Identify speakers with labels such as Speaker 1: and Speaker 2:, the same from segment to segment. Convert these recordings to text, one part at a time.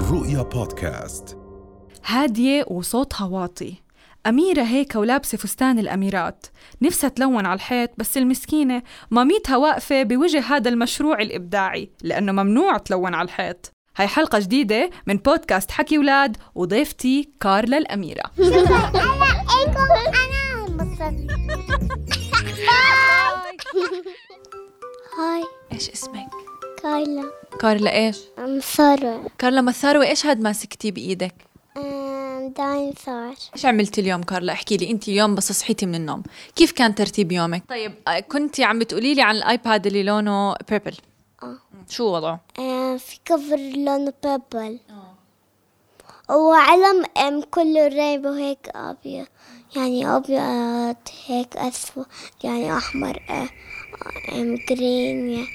Speaker 1: الرؤيا بودكاست
Speaker 2: هادية وصوتها واطي أميرة هيك ولابسة فستان الأميرات نفسها تلون على الحيط بس المسكينة ماميتها واقفة بوجه هذا المشروع الإبداعي لأنه ممنوع تلون على الحيط هاي حلقة جديدة من بودكاست حكي ولاد وضيفتي كارلا الأميرة
Speaker 3: انا اكل انا انبسطت هاي
Speaker 4: ايش اسمك؟
Speaker 3: كايلا
Speaker 4: كارلا ايش؟
Speaker 3: انصرة
Speaker 4: كارلا مسار وايش هاد ماسكتي بايدك؟
Speaker 3: داينسار
Speaker 4: ايش عملتي اليوم كارلا؟ احكي لي انت اليوم بس صحيتي من النوم، كيف كان ترتيب يومك؟ طيب آه، كنتي عم بتقولي لي عن الايباد اللي لونه بيربل
Speaker 3: آه.
Speaker 4: شو وضعه؟
Speaker 3: آه، في كفر لونه بيبل Oh, وعلم آم، كله رينبو هيك أبيض يعني أبيض هيك أسود يعني أحمر آه، آم، جرين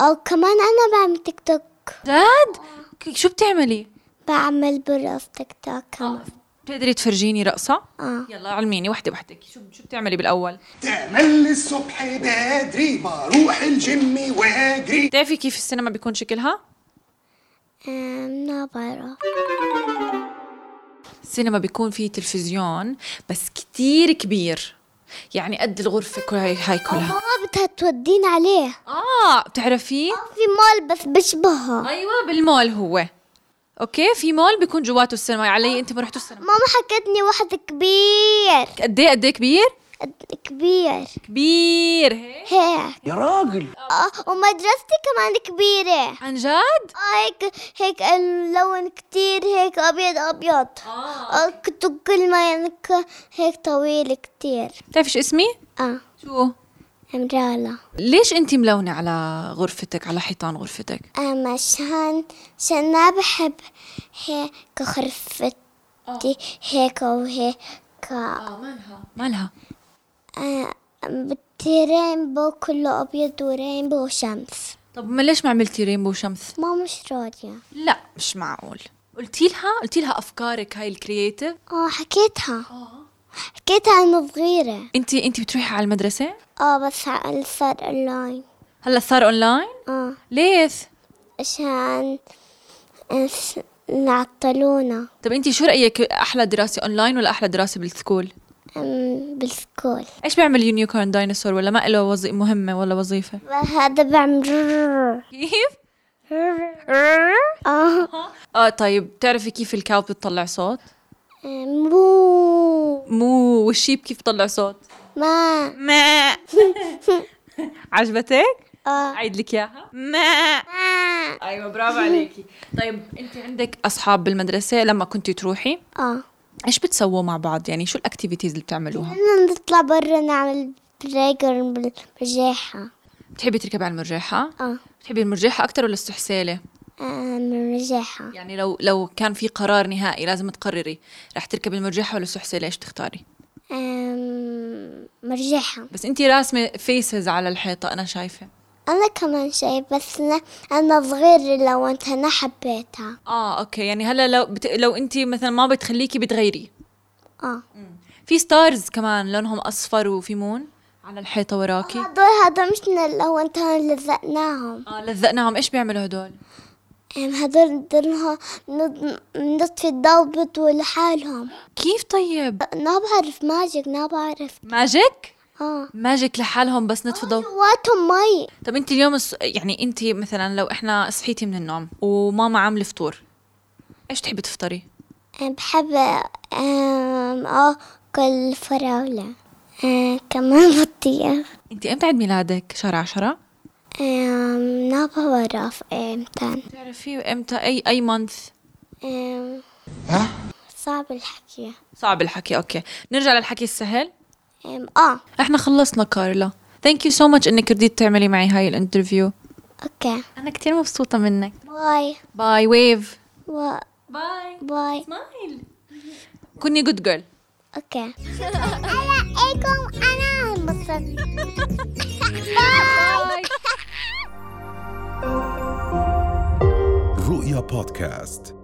Speaker 3: أو كمان أنا بعمل تيك توك
Speaker 4: جد؟ ك- شو بتعملي؟
Speaker 3: بعمل برقص تيك توك كمان
Speaker 4: بتقدري تفرجيني رقصة؟
Speaker 3: آه.
Speaker 4: يلا علميني وحدة وحدة شو شو بتعملي بالاول؟
Speaker 5: تعمل لي الصبح بدري بروح الجيم واجري
Speaker 4: بتعرفي كيف السينما بيكون شكلها؟
Speaker 3: آم، لا بعرف
Speaker 4: السينما بيكون فيه تلفزيون بس كتير كبير يعني قد الغرفة كلها هاي كلها
Speaker 3: ماما بدها تودينا عليه
Speaker 4: اه بتعرفيه؟
Speaker 3: في مول بس بشبهها
Speaker 4: ايوه بالمول هو اوكي في مول بيكون جواته السينما علي انت ما رحتوا السينما
Speaker 3: ماما حكتني واحد كبير
Speaker 4: قد ايه قد ايه كبير
Speaker 3: كبير
Speaker 4: كبير هيك
Speaker 3: هيك
Speaker 5: يا راجل
Speaker 3: آه، ومدرستي كمان كبيرة
Speaker 4: عن جد
Speaker 3: آه، هيك هيك اللون كتير هيك أبيض أبيض آه، كتب كل ما يعني ك- هيك طويل كتير
Speaker 4: بتعرفي شو اسمي
Speaker 3: اه
Speaker 4: شو
Speaker 3: امرالا
Speaker 4: ليش انت ملونة على غرفتك على حيطان غرفتك
Speaker 3: أما عشان عشان ما بحب هيك خرفتي هيك وهيك
Speaker 4: مالها
Speaker 3: آه، بدي رينبو كله أبيض ورينبو وشمس
Speaker 4: طب ما ليش ما عملتي رينبو شمس
Speaker 3: ماما مش راضية
Speaker 4: لا مش معقول قلتي لها قلتي لها افكارك هاي الكرييتيف
Speaker 3: اه حكيتها حكيتها أنا صغيرة
Speaker 4: انت انت بتروحي على المدرسة
Speaker 3: اه بس على صار أونلاين
Speaker 4: هلا صار اونلاين
Speaker 3: اه
Speaker 4: ليش
Speaker 3: عشان إس- نعطلونا
Speaker 4: طب انت شو رايك احلى دراسه اونلاين ولا احلى دراسه بالسكول
Speaker 3: أم، بالسكول
Speaker 4: ايش بيعمل يونيكورن دايناصور ولا ما له وظيفه مهمه ولا وظيفه
Speaker 3: هذا بعمل ررر.
Speaker 4: كيف
Speaker 3: اه
Speaker 4: اه طيب بتعرفي كيف الكاو بتطلع صوت
Speaker 3: أم، مو
Speaker 4: مو والشيب كيف بتطلع صوت
Speaker 3: ما
Speaker 4: ما عجبتك
Speaker 3: اه
Speaker 4: اعيد لك اياها ما
Speaker 3: ما.
Speaker 4: ايوه برافو عليكي طيب انت عندك اصحاب بالمدرسه لما كنتي تروحي
Speaker 3: اه
Speaker 4: ايش بتسووا مع بعض يعني شو الاكتيفيتيز اللي بتعملوها
Speaker 3: بدنا نطلع برا نعمل بلاجر بالرجاحة
Speaker 4: بتحبي تركبي على المرجحه
Speaker 3: اه
Speaker 4: بتحبي المرجحه اكثر ولا السحسيله
Speaker 3: من الرجاحة
Speaker 4: يعني لو لو كان في قرار نهائي لازم تقرري رح تركبي المرجحه ولا السحسيله ايش تختاري
Speaker 3: أم، مرجحة
Speaker 4: بس انت راسمه فيسز على الحيطه انا شايفه
Speaker 3: أنا كمان شيء بس أنا, أنا صغيرة لو أنت أنا حبيتها
Speaker 4: اه اوكي يعني هلا لو بت... لو انت مثلا ما بتخليكي بتغيري
Speaker 3: آه
Speaker 4: في ستارز كمان لونهم اصفر وفي مون على الحيطه وراكي
Speaker 3: هدول هدول مش ن- لو أنت لزقناهم
Speaker 4: اه لزقناهم ايش بيعملوا هدول
Speaker 3: أم، هدول درنها نطفي الضوء بيطوا لحالهم
Speaker 4: كيف طيب
Speaker 3: ما بعرف ماجيك ما بعرف
Speaker 4: ماجيك
Speaker 3: آه
Speaker 4: ماجيك لحالهم بس نطفي ضوء
Speaker 3: جواتهم مي
Speaker 4: طب انت اليوم الص... يعني انت مثلا لو احنا صحيتي من النوم وماما عامله فطور ايش تحبي تفطري
Speaker 3: أم، بحب أم، آكل فراولة أم، كمان بطيخ
Speaker 4: انت امتى عيد ميلادك شهر عشرة
Speaker 3: أم، ما بعرف إمتى
Speaker 4: بتعرفي امتى اي اي مانث
Speaker 3: أم، صعب الحكي
Speaker 4: صعب الحكي اوكي نرجع للحكي السهل
Speaker 3: أم، اه
Speaker 4: احنا خلصنا كارلا ثانك يو سو ماتش انك رضيت تعملي معي هاي الانترفيو
Speaker 3: اوكي
Speaker 4: انا كتير مبسوطه منك
Speaker 3: باي
Speaker 4: باي ويف
Speaker 3: و-
Speaker 4: باي
Speaker 3: باي
Speaker 4: سمايل كوني جود جيرل
Speaker 3: اوكي انا ايكم انا انبسطت باي
Speaker 1: رؤيا بودكاست